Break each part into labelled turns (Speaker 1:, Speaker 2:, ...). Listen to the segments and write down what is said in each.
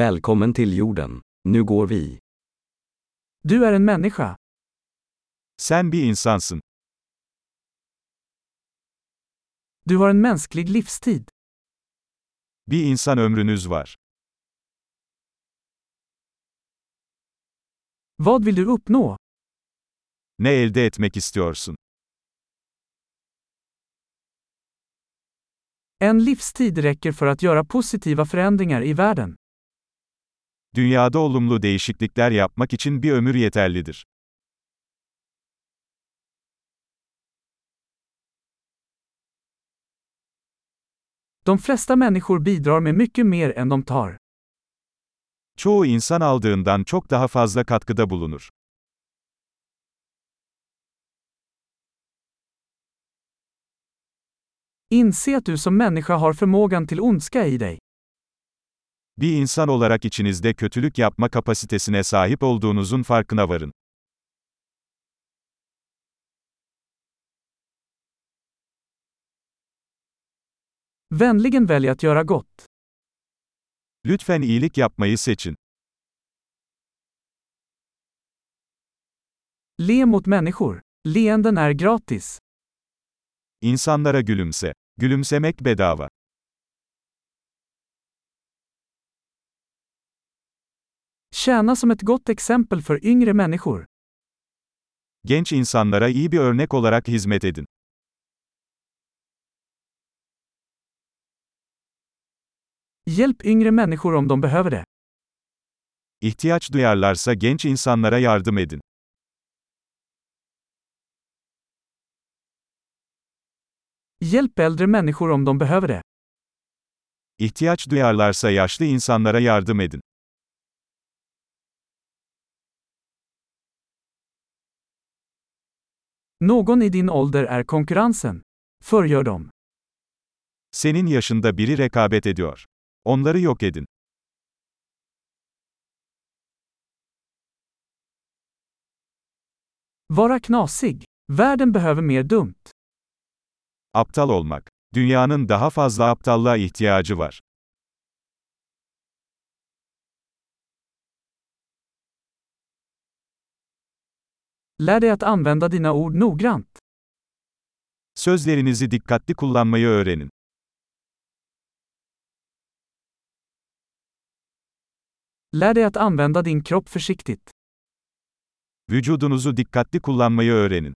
Speaker 1: Välkommen till jorden. Nu går vi.
Speaker 2: Du är en människa.
Speaker 3: Sen bir insansın.
Speaker 2: Du har en mänsklig livstid.
Speaker 3: Bir insan ömrünüz var.
Speaker 2: Vad vill du uppnå?
Speaker 3: Ne elde etmek istiyorsun?
Speaker 2: En livstid räcker för att göra positiva förändringar i världen.
Speaker 3: Dünyada olumlu değişiklikler yapmak için bir ömür yeterlidir.
Speaker 2: De flesta människor bidrar med mycket mer än de tar.
Speaker 3: Çoğu insan aldığından çok daha fazla katkıda bulunur.
Speaker 2: Inse att du som människa har förmågan till ondska i dig.
Speaker 3: Bir insan olarak içinizde kötülük yapma kapasitesine sahip olduğunuzun farkına varın.
Speaker 2: Vänligen välj att göra gott.
Speaker 3: Lütfen iyilik yapmayı seçin.
Speaker 2: Le mot människor. Leenden är gratis.
Speaker 3: İnsanlara gülümse. Gülümsemek bedava.
Speaker 2: Tjäna som ett gott exempel för yngre människor.
Speaker 3: Genç insanlara iyi bir örnek olarak hizmet edin.
Speaker 2: Hjälp yngre människor om de behöver det.
Speaker 3: İhtiyaç duyarlarsa genç insanlara yardım edin.
Speaker 2: Hjälp äldre människor om de behöver det.
Speaker 3: İhtiyaç duyarlarsa yaşlı insanlara yardım edin.
Speaker 2: Någon i din ålder är konkurrensen. Förgör dem.
Speaker 3: Senin yaşında biri rekabet ediyor. Onları yok edin.
Speaker 2: Vara knasig. Världen behöver mer dumt.
Speaker 3: Aptal olmak. Dünyanın daha fazla aptallığa ihtiyacı var.
Speaker 2: Lär dig att använda dina ord noggrant.
Speaker 3: Sözlerinizi dikkatli kullanmayı öğrenin.
Speaker 2: Lär dig att använda din kropp försiktigt.
Speaker 3: Vücudunuzu dikkatli kullanmayı öğrenin.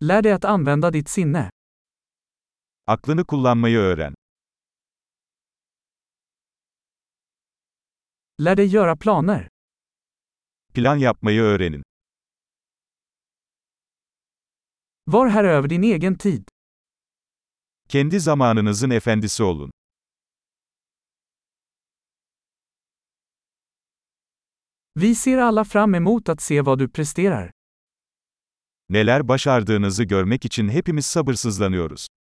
Speaker 2: Lär dig att använda ditt sinne.
Speaker 3: Aklını kullanmayı öğren.
Speaker 2: Lär dig göra planer.
Speaker 3: Plan yapmayı öğrenin.
Speaker 2: Var här över din egen tid.
Speaker 3: Kendi zamanınızın efendisi olun.
Speaker 2: Vi ser alla fram emot att se vad du presterar.
Speaker 3: Neler başardığınızı görmek için hepimiz sabırsızlanıyoruz.